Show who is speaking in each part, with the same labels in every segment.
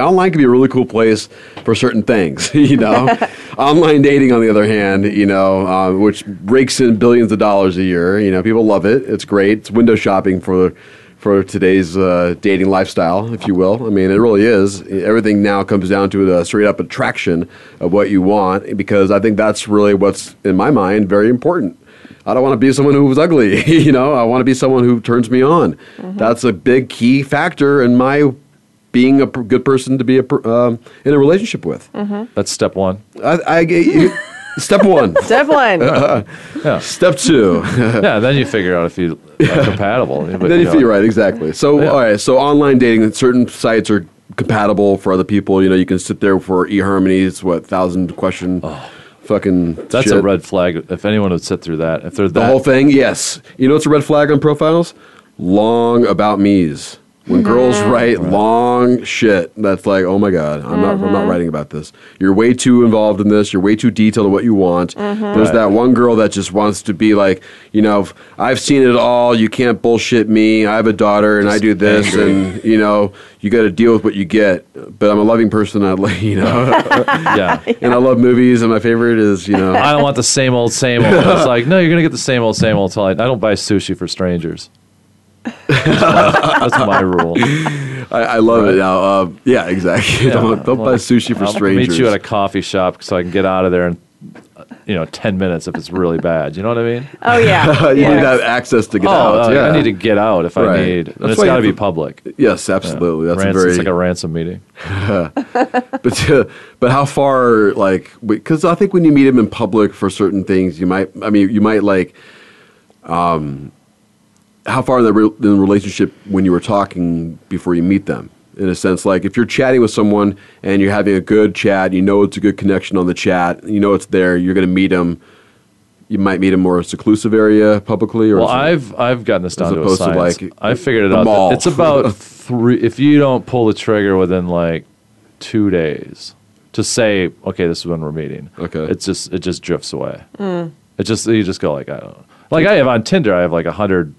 Speaker 1: Online can be a really cool place for certain things, you know. Online dating, on the other hand, you know, uh, which rakes in billions of dollars a year. You know, people love it. It's great. It's window shopping for for today's uh, dating lifestyle, if you will. I mean, it really is. Everything now comes down to the straight up attraction of what you want, because I think that's really what's in my mind very important. I don't want to be someone who's ugly, you know. I want to be someone who turns me on. That's a big key factor in my being a p- good person to be a, per- um, in a relationship with.
Speaker 2: That's step one.
Speaker 1: I, I, you- step one.
Speaker 3: Step one.
Speaker 4: Oh,
Speaker 2: Yeah.
Speaker 1: Step two.
Speaker 2: yeah. Then you figure out if you are compatible.
Speaker 1: then
Speaker 2: But, you
Speaker 1: you
Speaker 2: know,
Speaker 1: feel right, exactly. So
Speaker 2: Yeah.
Speaker 1: all right, so online dating, certain sites are compatible for other people. You know, you can sit there for eHarmony. It's what thousand question, fucking.
Speaker 2: Oh. That's a
Speaker 1: shit.
Speaker 2: red flag. If anyone would sit through that, if they're
Speaker 1: The
Speaker 2: that,
Speaker 1: whole thing, yes. You know, it's a red flag on profiles. Long about me's. When girls write long shit, that's like, oh my god, I'm not, I'm not writing about this. You're way too involved in this. You're way too detailed in what you want. There's
Speaker 2: Right.
Speaker 1: that one girl that just wants to be like, you know, I've seen it all. You can't bullshit me. I have a daughter, and I do this, and you know, you got to deal with what you get. But I'm a loving person. I, like, you know,
Speaker 2: yeah.
Speaker 1: and I love movies, and my favorite is, you know,
Speaker 2: I don't want the same old, same old. It's like, no, you're gonna get the same old, same old. Till I, I don't buy sushi for strangers. That's my, that's my rule.
Speaker 1: I, I love it now. Uh, yeah, exactly.
Speaker 2: Yeah,
Speaker 1: don't don't buy
Speaker 2: like,
Speaker 1: sushi for
Speaker 2: I'll
Speaker 1: strangers.
Speaker 2: Meet you at a coffee shop so I can get out of there in, you know, ten minutes if it's really bad. You know what I mean?
Speaker 3: Oh yeah.
Speaker 1: you
Speaker 3: yeah.
Speaker 1: need to have access to get
Speaker 2: oh,
Speaker 1: out.
Speaker 2: uh,
Speaker 1: yeah.
Speaker 2: I need to get out if
Speaker 1: Right.
Speaker 2: I need. And
Speaker 1: That's
Speaker 2: it's
Speaker 1: why you
Speaker 2: got to be
Speaker 1: have to-
Speaker 2: public.
Speaker 1: yes, absolutely. That's a
Speaker 2: Ransom-
Speaker 1: very.
Speaker 2: It's like a ransom meeting.
Speaker 1: but uh, but how far like because I think when you meet him in public for certain things, you might. I mean, you might like. Um, how far in the, re- in the relationship when you were talking before you meet them? In a sense, like if you're chatting with someone and you're having a good chat, you know it's a good connection on the chat, you know it's there, you're going to meet them. You might meet him more seclusive area publicly, or
Speaker 2: Well,
Speaker 1: something.
Speaker 2: I've I've gotten this down to a
Speaker 1: opposed to,
Speaker 2: science.
Speaker 1: like,
Speaker 2: I figured it
Speaker 1: the
Speaker 2: out. that
Speaker 1: mall.
Speaker 2: It's about three. If you don't pull the trigger within like two days to say, okay, this is when we're meeting.
Speaker 1: Okay.
Speaker 2: It's just it just drifts away. It just you just go like I don't know. Like I have on Tinder, I have like a hundred.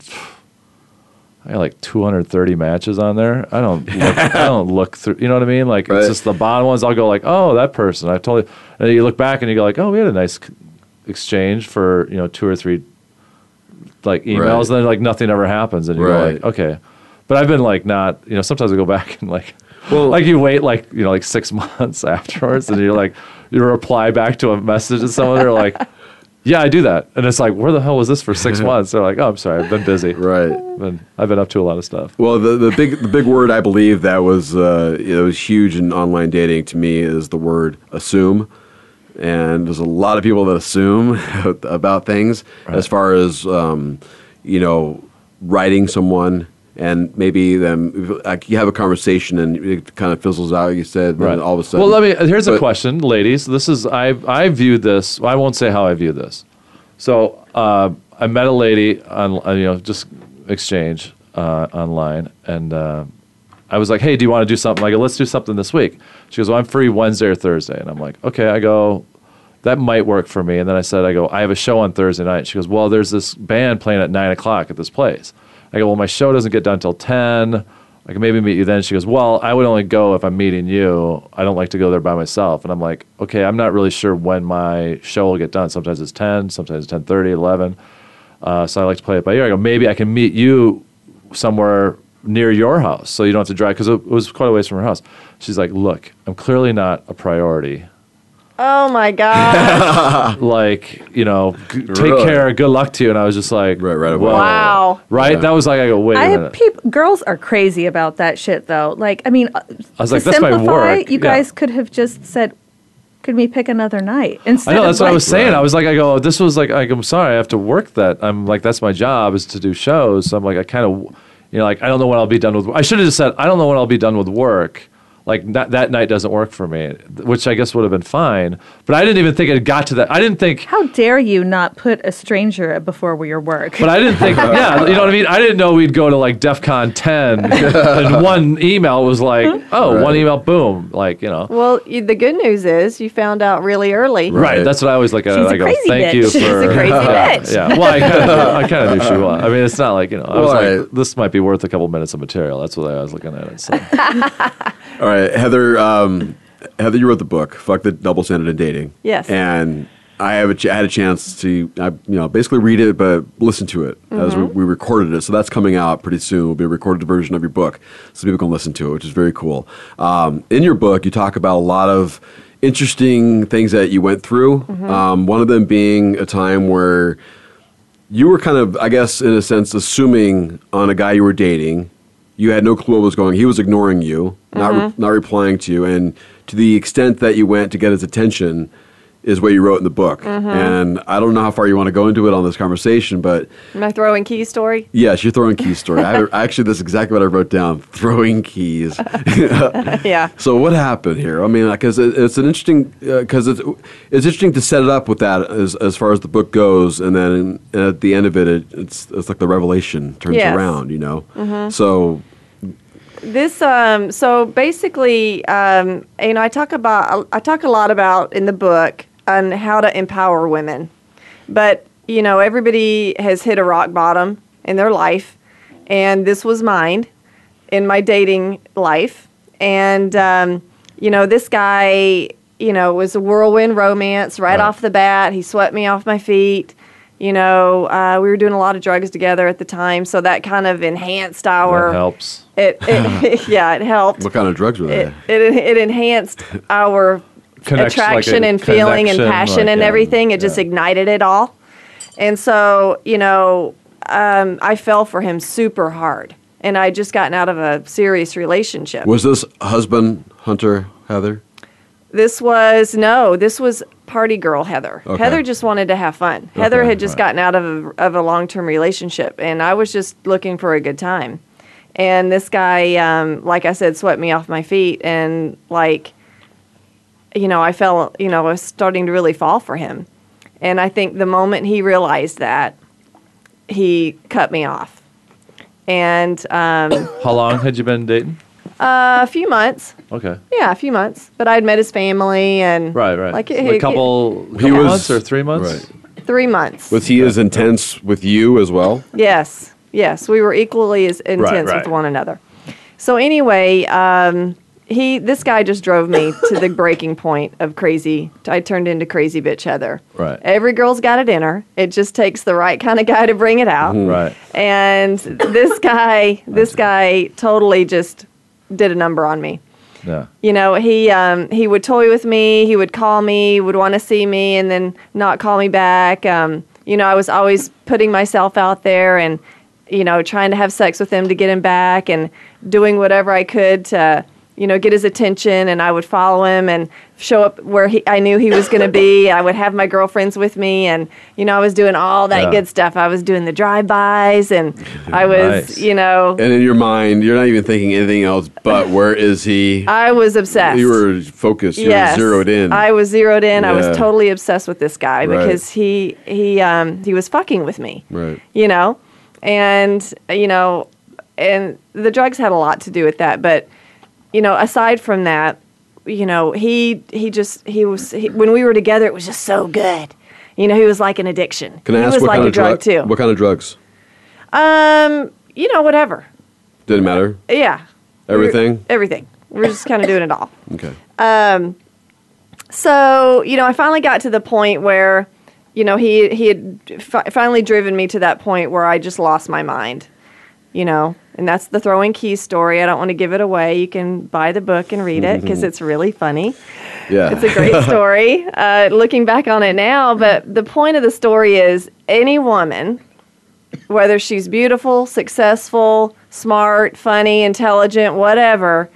Speaker 2: I got like 230 matches on there. I don't, look, I don't look through. You know what I mean? Like
Speaker 1: Right.
Speaker 2: it's just the bottom ones. I'll go like, oh, that person. I totally. And then you look back and you go like, oh, we had a nice c- exchange for you know two or three like emails.
Speaker 1: Right.
Speaker 2: And then like nothing ever happens, and you're
Speaker 1: Right.
Speaker 2: like, okay. But I've been like not. You know, sometimes I go back and like,
Speaker 1: Well-
Speaker 2: like you wait like you know like six months afterwards, and you're like, you reply back to a message to someone, they're like. Yeah, I do that, and it's like, where the hell was this for six months? They're like, oh, I'm sorry, I've been busy.
Speaker 1: right.
Speaker 2: Been, I've been up to a lot of stuff.
Speaker 1: Well, the, the big the big word I believe that was uh, it was huge in online dating to me is the word assume, and there's a lot of people that assume about things as far as um, you know writing someone and maybe them like you have a conversation and it kind of fizzles out. You said and then all of a sudden.
Speaker 2: Well, let me. Here's a
Speaker 1: But-
Speaker 2: question, ladies. This is I I viewed this. I won't say how I viewed this. So uh, I met a lady on uh, you know just exchange uh, online, and uh, I was like, hey, do you want to do something? I go, let's do something this week. She goes, well, I'm free Wednesday or Thursday, and I'm like, okay. I go. That might work for me. And then I said, I go, I have a show on Thursday night. She goes, Well, there's this band playing at nine o'clock at this place. I go, Well, my show doesn't get done till 10. I can maybe meet you then. She goes, Well, I would only go if I'm meeting you. I don't like to go there by myself. And I'm like, Okay, I'm not really sure when my show will get done. Sometimes it's 10, sometimes it's 10.30, 11. Uh, so I like to play it by ear. I go, Maybe I can meet you somewhere near your house so you don't have to drive because it was quite a ways from her house. She's like, Look, I'm clearly not a priority
Speaker 3: Oh my god.
Speaker 2: like you know g- take
Speaker 1: Really?
Speaker 2: care good luck to you and i was just like
Speaker 1: Right, right away.
Speaker 2: whoa.
Speaker 3: Wow.
Speaker 2: right that was like i go wait a
Speaker 3: I have
Speaker 2: minute.
Speaker 3: peop- girls are crazy about that shit though. Like I mean, I
Speaker 2: was
Speaker 3: to
Speaker 2: like, that's my
Speaker 3: simplify,
Speaker 2: work.
Speaker 3: you
Speaker 2: Yeah.
Speaker 3: guys could have just said, "Could we pick another night?" Instead
Speaker 2: i know
Speaker 3: of
Speaker 2: that's what i
Speaker 3: like-
Speaker 2: was saying i was like i go this was like, like i'm sorry i have to work that i'm like that's my job is to do shows so i'm like i kind of you know like i don't know when i'll be done with i should have just said i don't know when i'll be done with work like that, that night doesn't work for me which i guess would have been fine but i didn't even think it got to that i didn't think
Speaker 3: How dare you not put a stranger before your work?
Speaker 2: But I didn't think, yeah, you know what I mean? I didn't know we'd go to like DEF CON 10 and one email was like, oh, one email, boom. Like, you know.
Speaker 4: Well, you, the good news is you found out really early.
Speaker 1: Right.
Speaker 2: Right. That's what I always like. at it.
Speaker 3: She's a
Speaker 2: I go,
Speaker 3: crazy
Speaker 2: thank
Speaker 3: bitch.
Speaker 2: you for.
Speaker 3: She's a crazy
Speaker 2: yeah,
Speaker 3: bitch.
Speaker 2: Yeah. Well, I kind of, I kind of knew she was. I mean, it's not like you know. I was
Speaker 1: Well,
Speaker 2: like,
Speaker 1: alright.
Speaker 2: this might be worth a couple minutes of material. That's what I was looking at. It. So.
Speaker 1: All right, right, Heather. Um, Heather, you wrote the book, "Fuck the Double Standard in Dating."
Speaker 4: Yes.
Speaker 1: And I have a ch- I had a chance to, I, you know, basically read it, but listen to it as we, we recorded it. So that's coming out pretty soon. Will be a recorded version of your book, so people can listen to it, which is very cool. Um, in your book, you talk about a lot of interesting things that you went through. Um, one of them being a time where you were kind of, I guess, in a sense, assuming on a guy you were dating. You had no clue what was going. He was ignoring you, not re- not replying to you, and to the extent that you went to get his attention is what you wrote in the book. And I don't know how far you want to go into it on this conversation, but
Speaker 4: My throwing key story.
Speaker 1: yes, you're throwing keys story. I, actually, that's exactly what I wrote down: throwing keys.
Speaker 4: yeah.
Speaker 1: So what happened here? I mean, because it, it's an interesting because it's it's interesting to set it up with that as as far as the book goes, and then at the end of it, it it's it's like the revelation turns
Speaker 4: Yes. Mm-hmm.
Speaker 1: around, you know. So
Speaker 4: This um so basically um you know I talk about I talk a lot about in the book on how to empower women. But you know everybody has hit a rock bottom in their life and this was mine in my dating life and um you know this guy you know was a whirlwind romance right,
Speaker 2: Right.
Speaker 4: off the bat. He swept me off my feet. You know, uh, we were doing a lot of drugs together at the time, so that kind of enhanced our
Speaker 2: That helps.
Speaker 4: it, it yeah, it helped.
Speaker 1: what kind of drugs were they?
Speaker 4: It, it it enhanced our
Speaker 2: Connects like a
Speaker 4: attraction and feeling and
Speaker 2: connection,
Speaker 4: passion
Speaker 2: like,
Speaker 4: and
Speaker 2: yeah,
Speaker 4: everything. It just
Speaker 2: yeah.
Speaker 4: ignited it all. And so, you know, um, I fell for him super hard. And I just gotten out of a serious relationship.
Speaker 1: Was this husband Hunter Heather?
Speaker 4: This was no, this was party girl Heather.
Speaker 1: Okay.
Speaker 4: Heather just wanted to have fun. Heather
Speaker 2: Okay,
Speaker 4: had just
Speaker 2: right.
Speaker 4: gotten out of a, of a long term relationship, and I was just looking for a good time. And this guy, um, like I said, swept me off my feet, and like, you know, I fell, you know, I was starting to really fall for him. And I think the moment he realized that, he cut me off. And um,
Speaker 2: How long had you been dating?
Speaker 4: a few months,
Speaker 2: Okay.
Speaker 4: yeah, a few months. But I had met his family and
Speaker 2: Right, right.
Speaker 4: Like it-
Speaker 2: a
Speaker 4: it-
Speaker 2: couple,
Speaker 1: He
Speaker 2: couple
Speaker 1: was-
Speaker 2: months or three months?
Speaker 1: Right.
Speaker 4: three months.
Speaker 1: Was he as intense with you as well?
Speaker 4: yes, yes, we were equally as intense with
Speaker 2: right.
Speaker 4: one another. So anyway, um, he this guy just drove me to the breaking point of crazy. I turned into crazy bitch Heather.
Speaker 2: Right.
Speaker 4: Every girl's got a dinner. It just takes the right kind of guy to bring it out.
Speaker 2: Right.
Speaker 4: And this guy, this guy totally just did a number on me.
Speaker 2: Yeah.
Speaker 4: you know he um, he would toy with me he would call me would want to see me and then not call me back um, you know i was always putting myself out there and you know trying to have sex with him to get him back and doing whatever i could to you know get his attention and i would follow him and show up where he, i knew he was going to be i would have my girlfriends with me and you know i was doing all that
Speaker 2: Yeah.
Speaker 4: good stuff i was doing the drive-bys and i was
Speaker 2: Nice.
Speaker 4: you know
Speaker 1: And in your mind, you're not even thinking anything else but where is he?
Speaker 4: i was obsessed
Speaker 1: You were focused. You
Speaker 4: yes,
Speaker 1: were zeroed in.
Speaker 4: I was zeroed in. I
Speaker 1: Yeah.
Speaker 4: was totally obsessed with this guy
Speaker 1: Right.
Speaker 4: because he he um, he was fucking with me.
Speaker 1: right.
Speaker 4: You know, and you know, and the drugs had a lot to do with that. But you know, aside from that, you know, he he just he was he, when we were together, it was just so good. You know, he was like an addiction.
Speaker 1: Can I
Speaker 4: he
Speaker 1: ask
Speaker 4: was
Speaker 1: what
Speaker 4: like
Speaker 1: kind
Speaker 4: a
Speaker 1: of
Speaker 4: drug
Speaker 1: drug-
Speaker 4: too.
Speaker 1: What kind of drugs?
Speaker 4: um, you know, whatever.
Speaker 1: Didn't matter.
Speaker 4: Yeah. We were-
Speaker 1: Everything?
Speaker 4: everything. We're just kind of doing it all.
Speaker 1: Okay.
Speaker 4: so you know i finally got to the point where you know he he had fi- finally driven me to that point where i just lost my mind you know and that's the throwing keys story i don't want to give it away you can buy the book and read it because it's really funny
Speaker 1: Yeah.
Speaker 4: it's a great story uh, looking back on it now but the point of the story is any woman whether she's beautiful successful smart funny intelligent whatever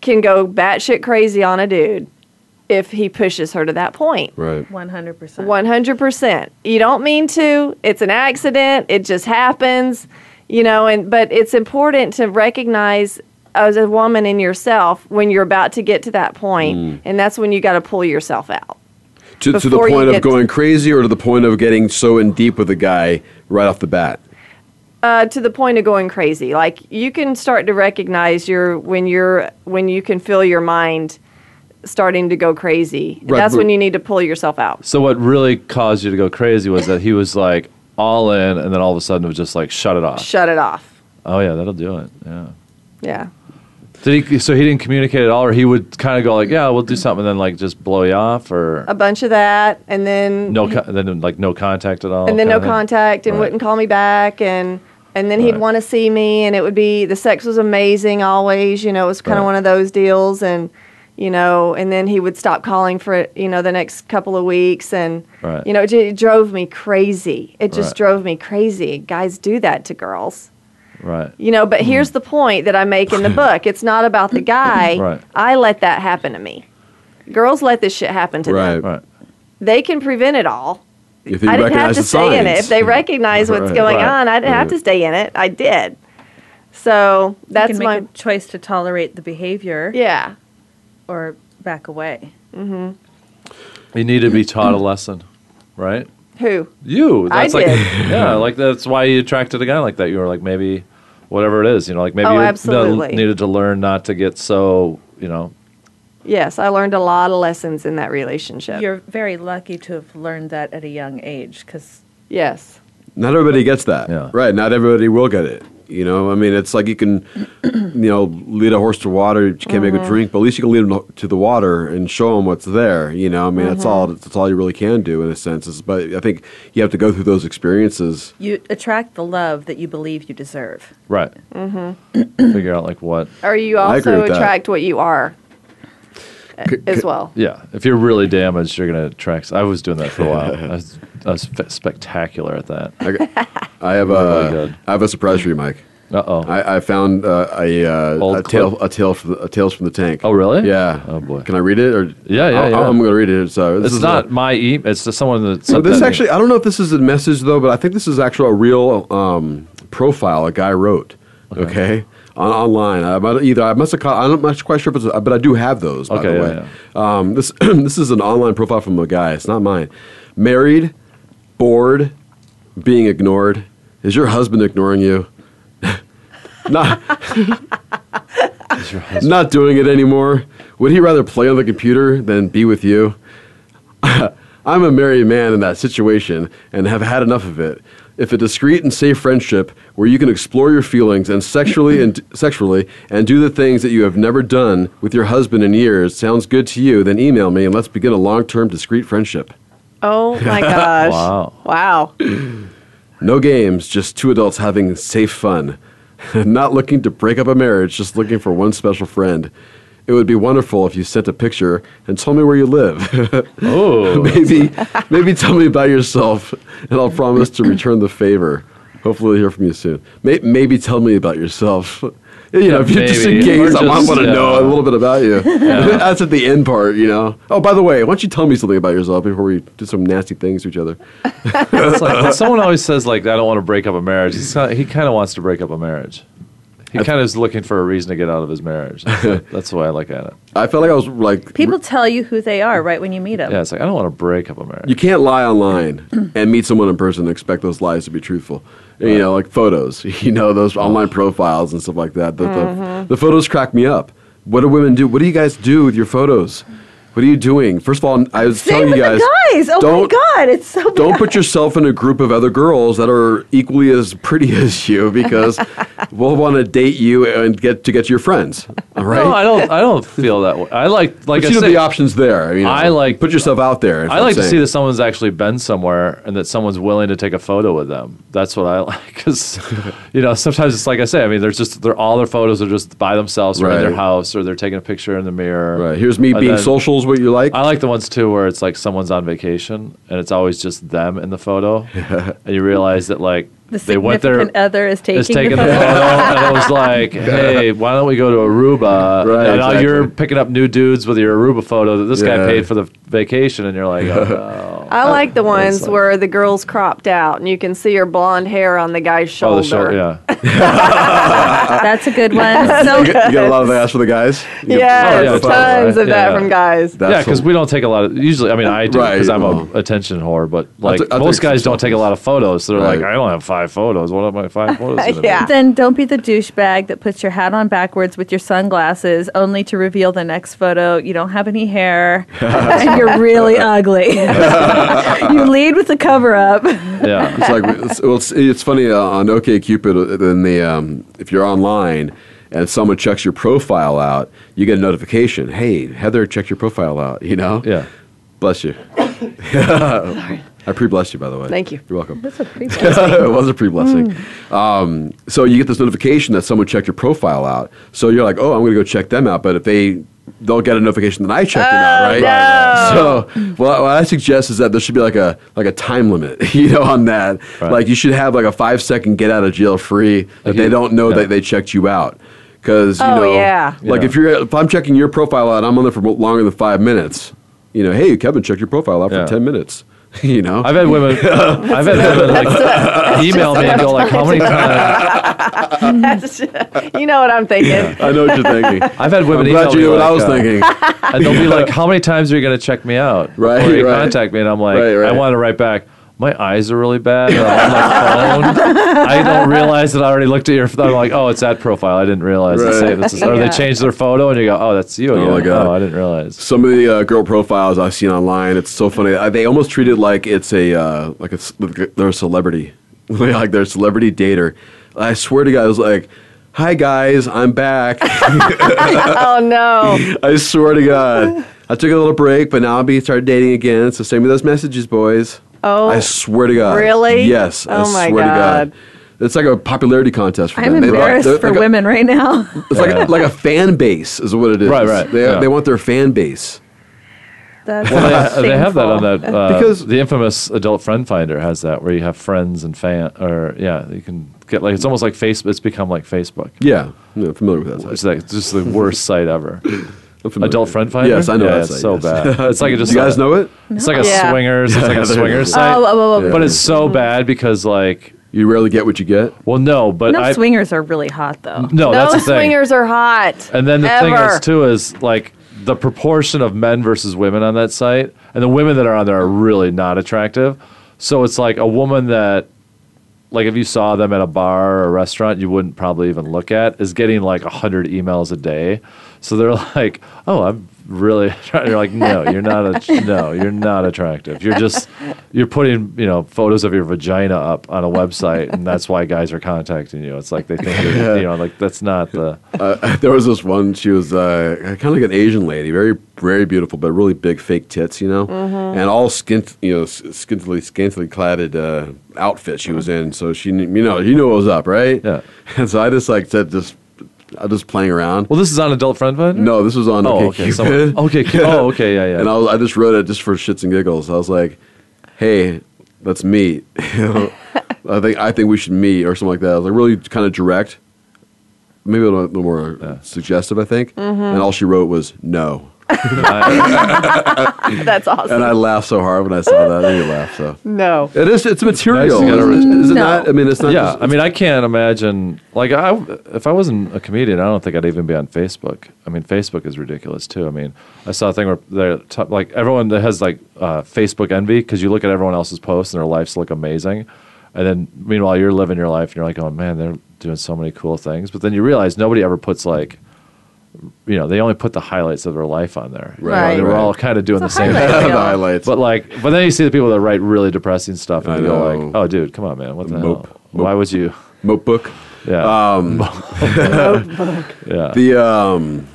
Speaker 4: can go batshit crazy on a dude if he pushes her to that point
Speaker 1: right.
Speaker 3: 100%.
Speaker 4: 100%. You don't mean to. It's an accident. It just happens. You know, and but it's important to recognize as a woman in yourself when you're about to get to that point,
Speaker 1: Mm.
Speaker 4: and that's when you got to pull yourself out.
Speaker 1: to, to the
Speaker 4: before you
Speaker 1: point of
Speaker 4: get-
Speaker 1: going crazy or to the point of getting so in deep with a guy right off the bat
Speaker 4: Uh, to the point of going crazy. Like you can start to recognize your when you're when you can feel your mind starting to go crazy.
Speaker 1: Right,
Speaker 4: that's
Speaker 1: but-
Speaker 4: when you need to pull yourself out.
Speaker 2: So what really caused you to go crazy was that he was like all in, and then all of a sudden it was just like shut it off.
Speaker 4: Shut it off.
Speaker 2: oh yeah, that'll do it. Yeah.
Speaker 4: Yeah.
Speaker 2: Did he? So he didn't communicate at all, or he would kind of go like, "Yeah, we'll do something," and then like just blow you off, or
Speaker 4: a bunch of that, and then
Speaker 2: no, con- then like no contact at all,
Speaker 4: and then no
Speaker 2: kinda thing?
Speaker 4: contact and
Speaker 2: Right.
Speaker 4: wouldn't call me back and and then he'd
Speaker 2: Right.
Speaker 4: want to see me and it would be the sex was amazing always you know it was kind of
Speaker 2: Right.
Speaker 4: one of those deals and you know and then he would stop calling for it you know the next couple of weeks and
Speaker 2: Right.
Speaker 4: you know it, ju- it drove me crazy it just
Speaker 2: Right.
Speaker 4: drove me crazy guys do that to girls
Speaker 2: Right.
Speaker 4: you know
Speaker 2: Mm-hmm.
Speaker 4: but here's the point that i make in the book it's not about the guy
Speaker 2: Right.
Speaker 4: i let that happen to me girls let this shit happen to
Speaker 1: Right.
Speaker 4: them
Speaker 2: Right.
Speaker 4: they can prevent it all
Speaker 1: If you
Speaker 4: I didn't have
Speaker 1: recognize
Speaker 4: to
Speaker 1: the
Speaker 4: stay
Speaker 1: signs.
Speaker 4: in it. If they recognize what's
Speaker 2: Right.
Speaker 4: going
Speaker 2: Right.
Speaker 4: on, I didn't have to stay in it. I did. So
Speaker 3: you
Speaker 4: that's
Speaker 3: can make
Speaker 4: my
Speaker 3: a choice to tolerate the behavior
Speaker 4: yeah.
Speaker 3: or back away.
Speaker 2: You need to be taught a lesson, right?
Speaker 4: Who?
Speaker 2: You.
Speaker 4: I
Speaker 2: That's like
Speaker 4: did.
Speaker 2: yeah, like that's why you attracted a guy like that. You were like maybe whatever it is, you know, like maybe
Speaker 4: Oh,
Speaker 2: you
Speaker 4: absolutely.
Speaker 2: needed to learn not to get so, you know,
Speaker 4: Yes, I learned a lot of lessons in that relationship.
Speaker 3: You're very lucky to have learned that at a young age because
Speaker 4: yes.
Speaker 1: Not everybody gets that.
Speaker 2: Yeah.
Speaker 1: Right. Not everybody will get it. You know, I mean, it's like you can, you know, lead a horse to water. You can't
Speaker 4: Mm-hmm.
Speaker 1: make a drink, but at least you can lead them to the water and show them what's there. You know, I mean,
Speaker 4: Mm-hmm.
Speaker 1: that's all. That's all you really can do in a sense. Is, but I think you have to go through those experiences.
Speaker 3: you attract the love that you believe you deserve.
Speaker 2: right.
Speaker 4: Mm-hmm.
Speaker 2: Figure out like what.
Speaker 4: Or you
Speaker 1: I agree
Speaker 4: also
Speaker 1: with that.
Speaker 4: attract what you are uh,
Speaker 1: C-
Speaker 4: as
Speaker 1: c-
Speaker 4: well.
Speaker 2: Yeah, if you're really damaged, you're gonna attract. I was doing that for a while. I was, I was f- spectacular at that.
Speaker 1: I, g- I have
Speaker 2: Really
Speaker 1: a,
Speaker 2: good.
Speaker 1: I have a surprise for you, Mike.
Speaker 2: Uh oh.
Speaker 1: I, I found uh, a uh,
Speaker 2: Old
Speaker 1: a tale,
Speaker 2: clip?
Speaker 1: a tale from the, a tales from the tank.
Speaker 2: Oh really?
Speaker 1: Yeah.
Speaker 2: Oh boy.
Speaker 1: Can I read it? Or
Speaker 2: Yeah, yeah,
Speaker 1: I,
Speaker 2: yeah.
Speaker 1: I'm going to read it. So this
Speaker 2: It's
Speaker 1: is
Speaker 2: not
Speaker 1: a-
Speaker 2: my e. It's just someone that.
Speaker 1: So
Speaker 2: sent
Speaker 1: this
Speaker 2: that
Speaker 1: actually, I don't know if this is a message though, but I think this is actually a real um, profile a guy wrote. Okay. On, online, I might, either I must have caught. I'm not quite sure, if it's, but I do have those. By
Speaker 2: Okay,
Speaker 1: the
Speaker 2: yeah,
Speaker 1: way, Um, this this is an online profile from a guy. It's not mine. Married, bored, being ignored. Is your husband ignoring you? not
Speaker 2: Is your husband-
Speaker 1: not doing it anymore. Would he rather play on the computer than be with you? I'm a married man in that situation and have had enough of it. If a discreet and safe friendship where you can explore your feelings and sexually and sexually and do the things that you have never done with your husband in years sounds good to you, then email me and let's begin a long-term discreet friendship.
Speaker 4: Oh my gosh.
Speaker 2: Wow.
Speaker 4: Wow.
Speaker 1: No games, just two adults having safe fun. Not looking to break up a marriage, just looking for one special friend. It would be wonderful if you sent a picture and told me where you live.
Speaker 2: Oh.
Speaker 1: maybe, maybe tell me about yourself, and I'll promise to return the favor. Hopefully, we'll hear from you soon. May- maybe tell me about yourself. You know, if you just
Speaker 2: maybe.
Speaker 1: in case,
Speaker 2: Or
Speaker 1: I might
Speaker 2: just,
Speaker 1: want to know a
Speaker 2: yeah.
Speaker 1: little bit about you. That's at the end part, you know. Oh, by the way, why don't you tell me something about yourself before we do some nasty things to each other?
Speaker 2: It's like, someone always says like, "I don't want to break up a marriage." It's not, he kind of wants to break up a marriage. He kind of is looking for a reason to get out of his marriage. That's, that's the way I look at it.
Speaker 1: I felt like I was like
Speaker 3: People tell you who they are right when you meet them.
Speaker 2: Yeah, it's like I don't want to break up a marriage.
Speaker 1: You can't lie online and meet someone in person and expect those lies to be truthful. You know, like photos, you know, those online profiles and stuff like that. The,
Speaker 2: Mm-hmm.
Speaker 1: the, the photos crack me up. What do women do? What do you guys do with your photos? What are you doing? First of all, I was
Speaker 3: Same
Speaker 1: telling
Speaker 3: with
Speaker 1: you guys,
Speaker 3: the guys. Oh
Speaker 1: don't,
Speaker 3: my god, it's so
Speaker 1: don't put yourself in a group of other girls that are equally as pretty as you because we'll want to date you and get to get to your friends. All right.
Speaker 2: No, I don't. I don't feel that way. I like like
Speaker 1: but
Speaker 2: I
Speaker 1: you know,
Speaker 2: said,
Speaker 1: the options there. You know,
Speaker 2: I like-
Speaker 1: put yourself out there. is
Speaker 2: I
Speaker 1: what I'm
Speaker 2: like to see
Speaker 1: saying.
Speaker 2: that someone's actually been somewhere and that someone's willing to take a photo with them. That's what I like because you know sometimes it's like I say. I mean, there's just they're all their photos are just by themselves or in their
Speaker 1: Right.
Speaker 2: house or they're taking a picture in the mirror.
Speaker 1: Right. Here's me
Speaker 2: And
Speaker 1: being
Speaker 2: then-
Speaker 1: social is what you like.
Speaker 2: I like the ones too where it's like someone's on vacation and it's always just them in the photo, and you realize that like
Speaker 3: the
Speaker 2: they went there.
Speaker 3: significant other is taking,
Speaker 2: Is taking
Speaker 3: the
Speaker 2: the
Speaker 3: photo.
Speaker 2: photo, and I was like, "Hey, why don't we go to Aruba?"
Speaker 1: Right,
Speaker 2: and now you're
Speaker 1: exactly.
Speaker 2: picking up new dudes with your Aruba photo that this guy
Speaker 1: Yeah.
Speaker 2: paid for the vacation, and you're like, "Oh no."
Speaker 4: I like the ones
Speaker 2: like-
Speaker 4: where the girl's cropped out and you can see her blonde hair on the guy's shoulder.
Speaker 2: Oh, the shoulder, yeah.
Speaker 3: That's a good one. So
Speaker 1: you, get, you get a lot of that for the guys. You get-
Speaker 4: Yes,
Speaker 2: Oh, yeah, totally.
Speaker 4: tons of that
Speaker 2: Yeah.
Speaker 4: from guys.
Speaker 1: That's
Speaker 2: yeah, because
Speaker 1: a-
Speaker 2: we don't take a lot of. Usually, I mean, I do because
Speaker 1: Right,
Speaker 2: I'm
Speaker 1: well.
Speaker 2: a attention whore. But
Speaker 1: I'll
Speaker 2: like
Speaker 1: ta- I'll
Speaker 2: most
Speaker 1: take some
Speaker 2: guys don't take a
Speaker 1: selfies.
Speaker 2: lot of photos. So they're like,
Speaker 1: Right.
Speaker 2: I don't have five photos. What are my five photos? gonna be?"
Speaker 4: Yeah.
Speaker 3: Then don't be the douchebag that puts your hat on backwards with your sunglasses only to reveal the next photo you don't have any hair and you're really ugly. you lead with the cover up.
Speaker 1: uh,
Speaker 2: yeah.
Speaker 1: It's like it's, well, it's, it's funny uh, on OK Cupid. In the um, if you're online and someone checks your profile out, you get a notification. Hey, Heather checked your profile out. You know.
Speaker 2: Yeah.
Speaker 1: Bless you. I pre-blessed you, by the way.
Speaker 4: Thank you.
Speaker 1: You're welcome.
Speaker 3: That's a creepy.
Speaker 1: it was a pre-blessing.
Speaker 2: Mm.
Speaker 1: Um, so you get this notification that someone checked your profile out. So you're like, oh, I'm going to go check them out. But if they they'll get a notification that I checked them
Speaker 2: Oh,
Speaker 1: out, right? So well, what I suggest is that there should be like a like a time limit, you know, on that.
Speaker 2: Right.
Speaker 1: Like you should have like a five second get out of jail free that
Speaker 2: Like
Speaker 1: they
Speaker 2: you-
Speaker 1: don't know
Speaker 2: yeah.
Speaker 1: that they checked you out. Because you
Speaker 4: Oh,
Speaker 1: know,
Speaker 4: yeah.
Speaker 1: like
Speaker 2: Yeah.
Speaker 1: if you're if I'm checking your profile out, I'm on there for longer than five minutes. You know, hey, Kevin, check your profile out
Speaker 2: Yeah.
Speaker 1: for ten minutes. You know,
Speaker 2: I've had women. I've had women like email me and go like, "How many times?"
Speaker 4: That's- you know what I'm thinking.
Speaker 1: I know what you're thinking.
Speaker 2: I've had women
Speaker 1: I'm
Speaker 2: email
Speaker 1: glad you
Speaker 2: me
Speaker 1: knew what
Speaker 2: like,
Speaker 1: I was
Speaker 2: uh,
Speaker 1: thinking.
Speaker 2: and they'll be like, "How many times are you going to check me out?"
Speaker 1: Right,
Speaker 2: Or you
Speaker 1: right.
Speaker 2: contact me, and I'm like,
Speaker 1: Right, right.
Speaker 2: I want to write back. My eyes are really bad. Or I'm on my phone. I don't realize that I already looked at your. I'm like, oh, it's that profile. I didn't realize.
Speaker 1: Right.
Speaker 2: It's saved. It's- Or
Speaker 4: Yeah.
Speaker 2: they change their photo, and you go, oh, that's you.
Speaker 1: Oh,
Speaker 2: again.
Speaker 1: my God.
Speaker 2: I didn't realize.
Speaker 1: Some of the uh, girl profiles I've seen online, it's so funny. Uh, They almost treat it like it's a uh, like it's like they're a celebrity, like they're a celebrity dater. I swear to God, it was like, "Hi guys, I'm back."
Speaker 4: Oh no.
Speaker 1: I swear to God, I took a little break, but now I'll be start dating again. So send me those messages, boys.
Speaker 4: Oh,
Speaker 1: I swear to God.
Speaker 4: really?
Speaker 1: Yes. I
Speaker 4: Oh, my
Speaker 1: swear
Speaker 4: God.
Speaker 1: to God. It's like a popularity contest for
Speaker 3: I'm
Speaker 1: them. They-
Speaker 3: embarrassed
Speaker 1: they're-
Speaker 3: for
Speaker 1: like a-
Speaker 3: women right now.
Speaker 1: It's like a, like a fan base is what it is.
Speaker 2: Right, right,
Speaker 1: They,
Speaker 2: yeah.
Speaker 1: they want their fan base.
Speaker 3: That's
Speaker 2: They, they have that on
Speaker 3: shameful.
Speaker 2: that uh,
Speaker 1: Because-
Speaker 2: because the infamous adult friend finder has that where you have friends and fan or yeah you can get like it's almost like Facebook it's become like Facebook
Speaker 1: Yeah, yeah familiar with that
Speaker 2: It's
Speaker 1: site.
Speaker 2: like just the worst site ever.
Speaker 1: I'm familiar.
Speaker 2: Adult Friend Finder.
Speaker 1: Yes, I know
Speaker 2: yeah,
Speaker 1: that
Speaker 2: it's
Speaker 1: site.
Speaker 2: so
Speaker 1: yes.
Speaker 2: bad. It's like it just uh,
Speaker 1: you guys know it.
Speaker 2: It's like a
Speaker 4: Yeah.
Speaker 2: swingers. It's like
Speaker 1: Yeah,
Speaker 2: a
Speaker 1: there it
Speaker 2: swingers
Speaker 1: is.
Speaker 2: site.
Speaker 3: Oh, Mm-hmm. whoa, whoa, whoa.
Speaker 2: But it's so bad because like
Speaker 1: You rarely get what you get.
Speaker 2: well no but
Speaker 3: no
Speaker 2: I
Speaker 3: swingers are really hot though.
Speaker 2: no, that's
Speaker 4: no
Speaker 2: the thing.
Speaker 4: swingers are hot.
Speaker 2: And then the thing
Speaker 4: Ever.
Speaker 2: is too is like the proportion of men versus women on that site, and the women that are on there are really not attractive. So it's like a woman that, like if you saw them at a bar or a restaurant, you wouldn't probably even look at is getting like hundred emails a day. So they're like, oh, I'm really. attra-" You're like, no, you're not. A, no, you're not attractive. You're just you're putting you know photos of your vagina up on a website, and that's why guys are contacting you. It's like they think you're, you know like that's not the.
Speaker 1: Uh, there was this one. She was uh, kind of like an Asian lady, very very beautiful, but really big fake tits, you know, and all skint, you know, s- scantily scantily cladded uh, outfit she was in. So she, kn- you know, you knew what was up, right?
Speaker 2: Yeah.
Speaker 1: And so I just like said, just I was just playing around.
Speaker 2: Well, this is on Adult Friend Finder?
Speaker 1: no, this was on
Speaker 2: Oh,
Speaker 1: okay,
Speaker 2: okay. someone- okay. cu- Oh, okay. Yeah, yeah.
Speaker 1: And I, was, I just wrote it just for shits and giggles. I was like, "Hey, let's meet." You know, I think I think we should meet or something like that. I was like really kind of direct, maybe a little, bit more
Speaker 2: Yeah.
Speaker 1: suggestive. I think.
Speaker 3: Mm-hmm.
Speaker 1: And all she wrote was no,
Speaker 2: I-
Speaker 4: That's awesome.
Speaker 1: and I laughed so hard when I saw that. I need to laugh. So
Speaker 4: no.
Speaker 1: it is. It's material,
Speaker 2: Nice to get
Speaker 1: is it- is it
Speaker 3: No.
Speaker 1: not? I mean, it's not.
Speaker 2: yeah.
Speaker 1: just-
Speaker 2: I mean, I can't imagine. Like, I if I wasn't a comedian, I don't think I'd even be on Facebook. I mean, Facebook is ridiculous too. I mean, I saw a thing where they're t- like everyone that has like uh, Facebook envy because you look at everyone else's posts and their lives look amazing, and then meanwhile you're living your life and you're like, oh man, they're doing so many cool things. But then you realize nobody ever puts like. You know, they only put the highlights of their life on there. You know,
Speaker 1: Right,
Speaker 2: they were
Speaker 1: right.
Speaker 2: all kind of doing
Speaker 3: It's
Speaker 2: the
Speaker 3: a
Speaker 2: same thing.
Speaker 3: highlight.
Speaker 1: the
Speaker 3: Yeah.
Speaker 1: highlights.
Speaker 2: But like, but then you see the people that write really depressing stuff, and
Speaker 1: I
Speaker 2: you go
Speaker 1: know.
Speaker 2: like, "Oh, dude, come on, man, what the
Speaker 1: Mope.
Speaker 2: hell? Why would you?"
Speaker 1: Mope book.
Speaker 2: Yeah,
Speaker 1: Um,
Speaker 2: yeah.
Speaker 1: The um,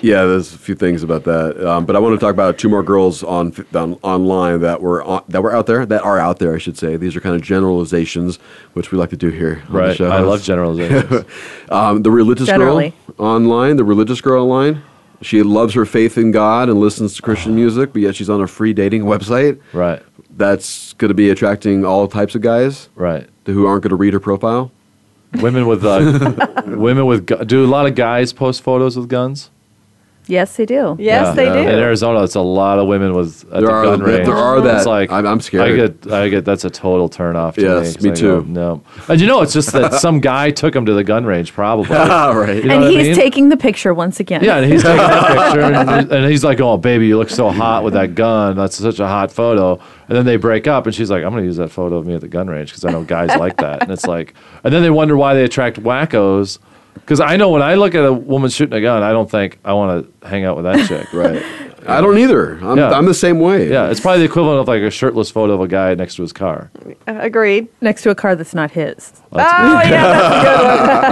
Speaker 1: yeah, there's a few things about that, um, but I want to talk about two more girls on, on online that were on, that were out there that are out there, I should say. These are kind of generalizations, which we like to do here. on the
Speaker 2: right.
Speaker 1: show.
Speaker 2: I love generalizations.
Speaker 1: um, the religious
Speaker 3: Generally.
Speaker 1: girl online. The religious girl online. She loves her faith in God and listens to Christian music, but yet she's on a free dating website.
Speaker 2: right,
Speaker 1: That's going to be attracting all types of guys
Speaker 2: right.
Speaker 1: who aren't going to read her profile.
Speaker 2: Women with uh, women with gu- do a lot of guys post photos with guns.
Speaker 3: Yes, they do.
Speaker 4: Yes,
Speaker 2: Yeah.
Speaker 4: they
Speaker 1: Yeah.
Speaker 2: In
Speaker 4: do.
Speaker 2: Arizona, it's a lot of women with at
Speaker 1: There
Speaker 2: the
Speaker 1: are-
Speaker 2: gun
Speaker 1: there-
Speaker 2: range.
Speaker 1: there are that.
Speaker 2: It's like
Speaker 1: I'm- I'm scared.
Speaker 2: I get, I get. That's a total turnoff. To
Speaker 1: Yes,
Speaker 2: me, 'cause
Speaker 1: me
Speaker 2: I go,
Speaker 1: too.
Speaker 2: no, and you know, it's just that some guy took him to the gun range, probably.
Speaker 1: All right.
Speaker 2: You know
Speaker 3: and
Speaker 2: what I
Speaker 3: he's
Speaker 2: mean?
Speaker 3: taking the picture once again.
Speaker 2: Yeah, and he's taking a picture, and, and he's like, "Oh, baby, you look so hot with that gun. That's such a hot photo." And then they break up, and she's like, "I'm gonna use that photo of me at the gun range because I know guys like that." And it's like, and then they wonder why they attract wackos. Because I know when I look at a woman shooting a gun, I don't think I want to hang out with that chick.
Speaker 1: Right. I don't either. I'm,
Speaker 2: Yeah.
Speaker 1: I'm the same way.
Speaker 2: Yeah, it's probably the equivalent of like a shirtless photo of a guy next to his car.
Speaker 4: Uh, Agreed.
Speaker 3: next to a car that's not his.
Speaker 4: oh yeah,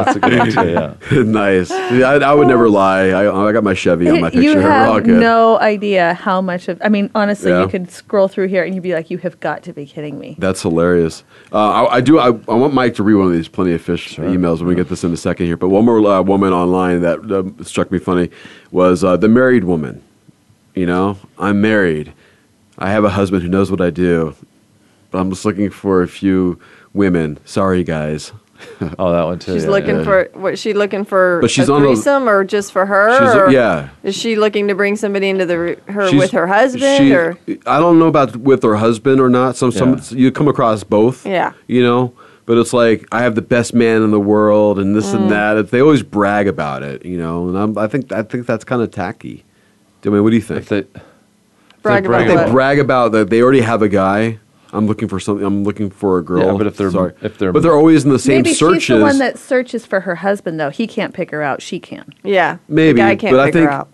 Speaker 4: that's a good one.
Speaker 2: That's a good idea. Yeah.
Speaker 1: nice. Yeah, I, I would never lie. I, I got my Chevy on my picture.
Speaker 3: You
Speaker 1: We're all
Speaker 3: have
Speaker 1: good.
Speaker 3: no idea how much of. I mean, honestly,
Speaker 1: Yeah.
Speaker 3: you could scroll through here and you'd be like, "You have got to be kidding me."
Speaker 1: That's hilarious. Uh, I, I do. I, I want Mike to read one of these plenty of fish emails when we get this in a second here. But one more uh, woman online that uh, struck me funny was uh, the married woman. You know, I'm married. I have a husband who knows what I do, but I'm just looking for a few women. Sorry, guys.
Speaker 2: Oh, that one too.
Speaker 4: She's
Speaker 2: yeah,
Speaker 4: looking
Speaker 2: yeah.
Speaker 4: for what? She looking for
Speaker 1: But she's
Speaker 4: a
Speaker 1: on a-
Speaker 4: threesome or just for her?
Speaker 1: She's-
Speaker 4: or
Speaker 1: yeah.
Speaker 4: Is she looking to bring somebody into the re- her
Speaker 1: She's-
Speaker 4: with her husband
Speaker 1: she-
Speaker 4: or?
Speaker 1: I don't know about with her husband or not. Some some
Speaker 2: Yeah.
Speaker 1: you come across both.
Speaker 4: Yeah.
Speaker 1: You know, but it's like I have the best man in the world and this
Speaker 4: Mm.
Speaker 1: and that. They always brag about it, you know. And I'm, I think I think that's kind of tacky. I mean, what do you think?
Speaker 2: If they,
Speaker 4: Brag
Speaker 2: they
Speaker 4: about
Speaker 2: brag
Speaker 1: They
Speaker 4: what?
Speaker 1: brag about that they already have a guy. I'm looking for something. I'm looking for a girl.
Speaker 2: Yeah, but if they're-
Speaker 1: Sorry.
Speaker 2: if they're-
Speaker 1: but they're always in the same
Speaker 3: Maybe
Speaker 1: searches.
Speaker 3: she's the one that searches for her husband, though. He can't pick her out; she can.
Speaker 4: Yeah,
Speaker 1: Maybe,
Speaker 4: The guy can't
Speaker 1: but I
Speaker 4: figure
Speaker 1: think-
Speaker 4: out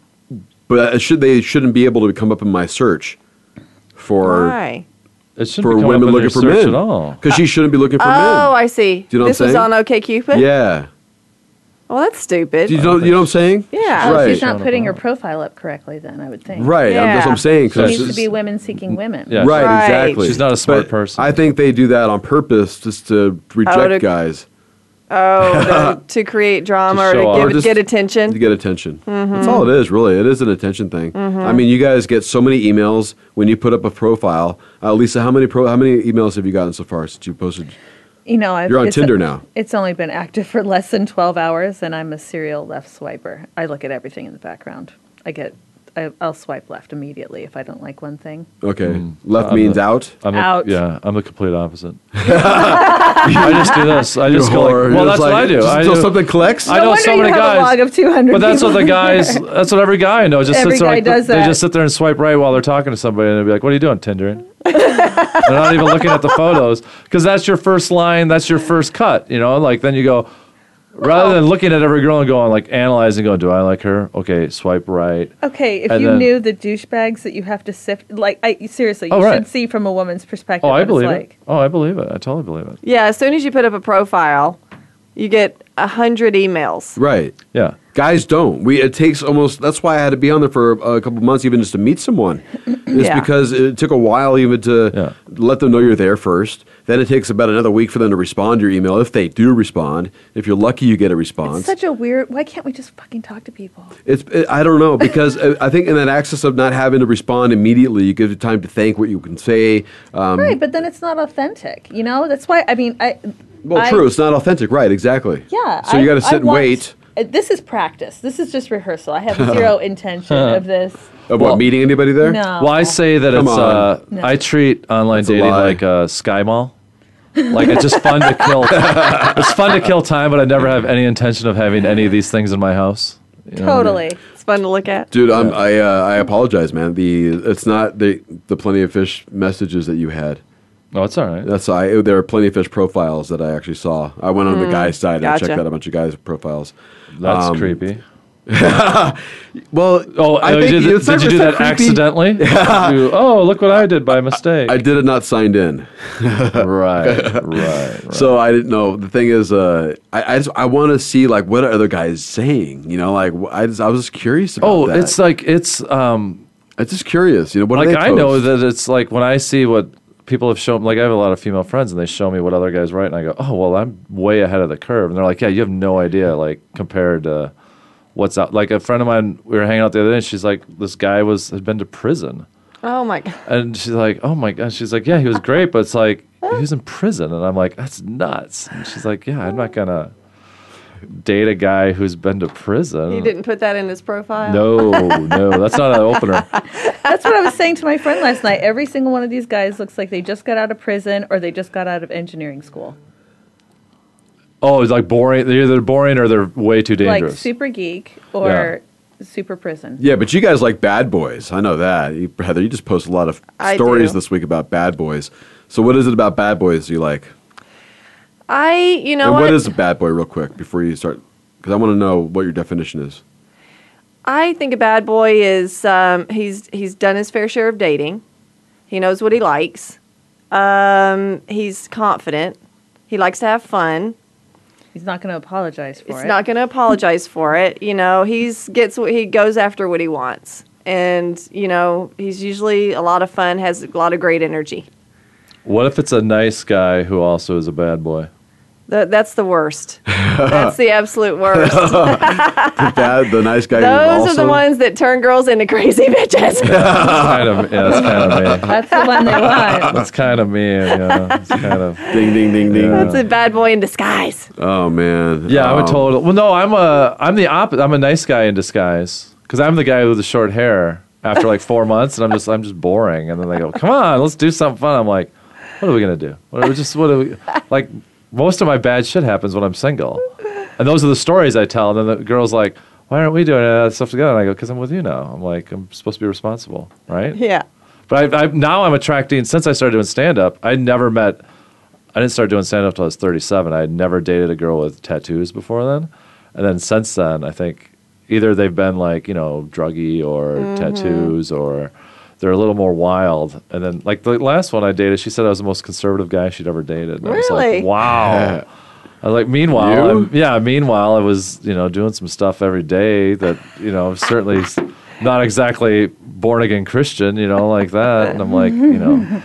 Speaker 1: but I should they shouldn't be able to come up in my search for
Speaker 4: why.
Speaker 2: it shouldn't
Speaker 1: for
Speaker 2: be coming up
Speaker 1: women
Speaker 2: in
Speaker 1: looking
Speaker 2: your
Speaker 1: for
Speaker 2: search
Speaker 1: men
Speaker 2: at all.
Speaker 1: because she shouldn't be looking for men.
Speaker 4: Oh, I see.
Speaker 1: Do you know what I'm
Speaker 4: this was
Speaker 1: saying?
Speaker 4: on OK Cupid.
Speaker 1: Yeah.
Speaker 4: Well, that's stupid.
Speaker 1: Do you know, you know what I'm saying?
Speaker 4: Yeah.
Speaker 3: Oh,
Speaker 1: Right.
Speaker 3: she's not
Speaker 2: Showing
Speaker 3: putting her
Speaker 2: up.
Speaker 3: profile up correctly. Then I would think.
Speaker 1: Right. I'm- that's what
Speaker 4: Yeah.
Speaker 1: I'm saying. 'cause
Speaker 3: She needs to
Speaker 1: it's-
Speaker 3: be women seeking women.
Speaker 2: Yeah.
Speaker 1: Right,
Speaker 4: Right.
Speaker 1: exactly.
Speaker 2: She's not a smart
Speaker 1: But
Speaker 2: person.
Speaker 1: I think they do that on purpose just to
Speaker 4: I
Speaker 1: reject
Speaker 4: would ag-
Speaker 1: guys
Speaker 4: oh, to, to create drama
Speaker 2: To
Speaker 4: or
Speaker 2: show off.
Speaker 4: to
Speaker 1: Or
Speaker 4: give,
Speaker 1: just-
Speaker 4: get
Speaker 1: to
Speaker 4: attention.
Speaker 1: get attention. That's all it is, really. It is an attention thing. I mean, you guys get so many emails when you put up a profile. Uh, Lisa, how many pro- how many emails have you gotten so far since you posted?
Speaker 3: You know, I've,
Speaker 1: You're on
Speaker 3: it's-
Speaker 1: Tinder now.
Speaker 3: It's only been active for less than 12 hours, and I'm a serial left swiper. I look at everything in the background. I get, I, I'll swipe left immediately if I don't like one thing.
Speaker 1: Okay,
Speaker 2: Mm,
Speaker 1: left means out.
Speaker 2: I'm
Speaker 3: Out.
Speaker 2: A, yeah, I'm the complete opposite. I just do this. I just go
Speaker 1: Or
Speaker 2: like, well,
Speaker 1: it's
Speaker 2: that's what I
Speaker 1: like,
Speaker 2: do.
Speaker 1: just
Speaker 2: I
Speaker 1: until
Speaker 2: do.
Speaker 1: something collects.
Speaker 2: I
Speaker 3: no
Speaker 2: know
Speaker 3: wonder
Speaker 2: so
Speaker 3: you
Speaker 2: many
Speaker 3: have
Speaker 2: guys,
Speaker 3: a log of 200
Speaker 2: But that's what
Speaker 3: people.
Speaker 2: the guys. That's what every guy I know just
Speaker 3: Every
Speaker 2: sits there.
Speaker 3: guy
Speaker 2: Like,
Speaker 3: does
Speaker 2: They
Speaker 3: that.
Speaker 2: just sit there and swipe right while they're talking to somebody, and they'll be like, "What are you doing, Tindering?" they're not even looking at the photos because that's your first line. That's your first cut. You know, like then you go. Rather
Speaker 3: Oh.
Speaker 2: than looking at every girl and going like analyzing, going, "Do I like her?" Okay, swipe right.
Speaker 3: Okay, if
Speaker 2: And
Speaker 3: you
Speaker 2: then-
Speaker 3: knew the douchebags that you have to sift, like, I, seriously, you
Speaker 2: Oh, right.
Speaker 3: should see from a woman's perspective.
Speaker 2: Oh,
Speaker 3: what
Speaker 2: I
Speaker 3: it's
Speaker 2: believe
Speaker 3: like.
Speaker 2: it. Oh, I believe it. I totally believe it.
Speaker 4: Yeah, as soon as you put up a profile, you get a hundred emails.
Speaker 1: Right.
Speaker 2: Yeah.
Speaker 1: Guys don't. We it takes almost. That's why I had to be on there for a, a couple months, even just to meet someone. It's
Speaker 4: Yeah.
Speaker 1: because it took a while even to
Speaker 2: Yeah.
Speaker 1: let them know you're there first. Then it takes about another week for them to respond to your email. If they do respond, if you're lucky, you get a
Speaker 3: It's
Speaker 1: response.
Speaker 3: such a weird, why can't we just fucking talk to people?
Speaker 1: It's it, I don't know because uh, I think in that access of not having to respond immediately, you give it time to think what you can say. Um,
Speaker 3: Right, but then it's not authentic, you know? That's why, I mean, I.
Speaker 1: Well,
Speaker 3: I-
Speaker 1: true. It's not authentic, right? Exactly.
Speaker 3: Yeah.
Speaker 1: So you
Speaker 3: I-
Speaker 1: got to
Speaker 3: I
Speaker 1: sit and
Speaker 3: want-
Speaker 1: wait.
Speaker 3: uh, This is practice. This is just rehearsal. I have zero intention of this.
Speaker 1: Of what?
Speaker 2: Well-
Speaker 1: meeting anybody there?
Speaker 3: No.
Speaker 2: Well, I say that
Speaker 1: Come
Speaker 2: it's. Uh,
Speaker 1: on.
Speaker 3: No.
Speaker 2: I treat online
Speaker 1: a
Speaker 2: dating
Speaker 1: lie.
Speaker 2: like a sky mall. Like it's just fun to kill. it's fun to kill time, but I never have any intention of having any of these things in my house. You know what I mean?
Speaker 3: Totally.
Speaker 4: It's fun to look at.
Speaker 1: Dude, I'm, I uh, I apologize, man. The it's not the the plenty of fish messages that you had.
Speaker 2: No, Oh, it's all right.
Speaker 1: That's I. There are plenty of fish profiles that I actually saw. I went on the guy's side and I checked
Speaker 4: gotcha.
Speaker 1: out a bunch of guys' profiles.
Speaker 2: That's
Speaker 1: Um,
Speaker 2: creepy.
Speaker 1: Well,
Speaker 2: Oh,
Speaker 1: I
Speaker 2: oh,
Speaker 1: think
Speaker 2: did,
Speaker 1: it's
Speaker 2: did
Speaker 1: not-
Speaker 2: you do
Speaker 1: it's not
Speaker 2: that
Speaker 1: creepy.
Speaker 2: accidentally? You- oh, look what I did by mistake.
Speaker 1: I did it not signed in,
Speaker 2: right, right, right.
Speaker 1: so I didn't know. The thing is, uh, I I, just- I want to see like what are other guys saying. You know, like wh- I just, I was just curious. About
Speaker 2: Oh,
Speaker 1: that.
Speaker 2: it's like it's um
Speaker 1: I'm just curious. You know, what do
Speaker 2: like
Speaker 1: they
Speaker 2: I know
Speaker 1: post?
Speaker 2: that it's like when I see what people have shown like I have a lot of female friends and they show me what other guys write and I go, "Oh, well, I'm way ahead of the curve." And they're like, "Yeah, you have no idea like compared to what's out." Like a friend of mine, we were hanging out the other day and she's like, "This guy was had been to prison."
Speaker 4: Oh my god.
Speaker 2: And she's like, "Oh my god!" She's like, "Yeah, he was great, but it's like he was in prison." And I'm like, "That's nuts." And she's like, "Yeah, I'm not gonna date a guy who's been to prison."
Speaker 4: You didn't put that in his profile.
Speaker 2: No, no, that's not an opener.
Speaker 3: That's what I was saying to my friend last night. Every single one of these guys looks like they just got out of prison or they just got out of engineering school.
Speaker 2: Oh, it's like boring. They're either boring or they're way too
Speaker 3: Like
Speaker 2: dangerous.
Speaker 3: super geek or super prison.
Speaker 1: Yeah, but you guys like bad boys. I know that. You, Heather, you just post a lot of
Speaker 4: I
Speaker 1: stories
Speaker 4: do.
Speaker 1: this week about bad boys. So what is it about bad boys you like?
Speaker 4: I, you know
Speaker 1: and
Speaker 4: what?
Speaker 1: what is a bad boy, real quick, before you start? Because I want to know what your definition is.
Speaker 4: I think a bad boy is um, he's he's done his fair share of dating. He knows what he likes. Um, he's confident. He likes to have fun.
Speaker 3: He's not going to apologize for
Speaker 4: He's
Speaker 3: it.
Speaker 4: not going to apologize for it. You know, he's gets what he goes after what he wants, and you know he's usually a lot of fun, has a lot of great energy.
Speaker 2: What if it's a nice guy who also is a bad boy?
Speaker 4: That, that's the worst. that's the absolute worst.
Speaker 1: The bad, the nice guy. who
Speaker 4: Those are
Speaker 1: also-
Speaker 4: the ones that turn girls into crazy
Speaker 2: That's
Speaker 4: bitches.
Speaker 2: kind of yeah, that's kind of me.
Speaker 3: That's the one they want.
Speaker 2: That's kind of me. Yeah, it's kind of
Speaker 1: Ding ding ding ding.
Speaker 4: that's a bad boy in disguise.
Speaker 1: Oh man.
Speaker 2: yeah. I'm
Speaker 1: Um,
Speaker 2: a total. Well, no, I'm a I'm the opposite. I'm a nice guy in disguise because I'm the guy with the short hair. After like four months, and I'm just I'm just boring. And then they go, "Come on, let's do something fun." I'm like, "What are we gonna do? What are we just what are we like?" Most of my bad shit happens when I'm single, and those are the stories I tell. And then the girls like, "Why aren't we doing all that stuff together?" And I go, "Cause I'm with you now. I'm like I'm supposed to be responsible, right?"
Speaker 4: Yeah.
Speaker 2: But I, I, now I'm attracting, since I started doing stand up, I never met, I didn't start doing stand up till I was 37. I had never dated a girl with tattoos before then. And then since then, I think either they've been like, you know, druggy or tattoos or they're a little more wild. And then, like, the last one I dated, she said I was the most conservative guy she'd ever dated. And I was
Speaker 4: Really?
Speaker 2: like, wow. I was like, meanwhile,
Speaker 1: You?
Speaker 2: I'm- yeah, meanwhile, I was, you know, doing some stuff every day that, you know, certainly s- not exactly born again Christian, you know, like that. And I'm like, you know,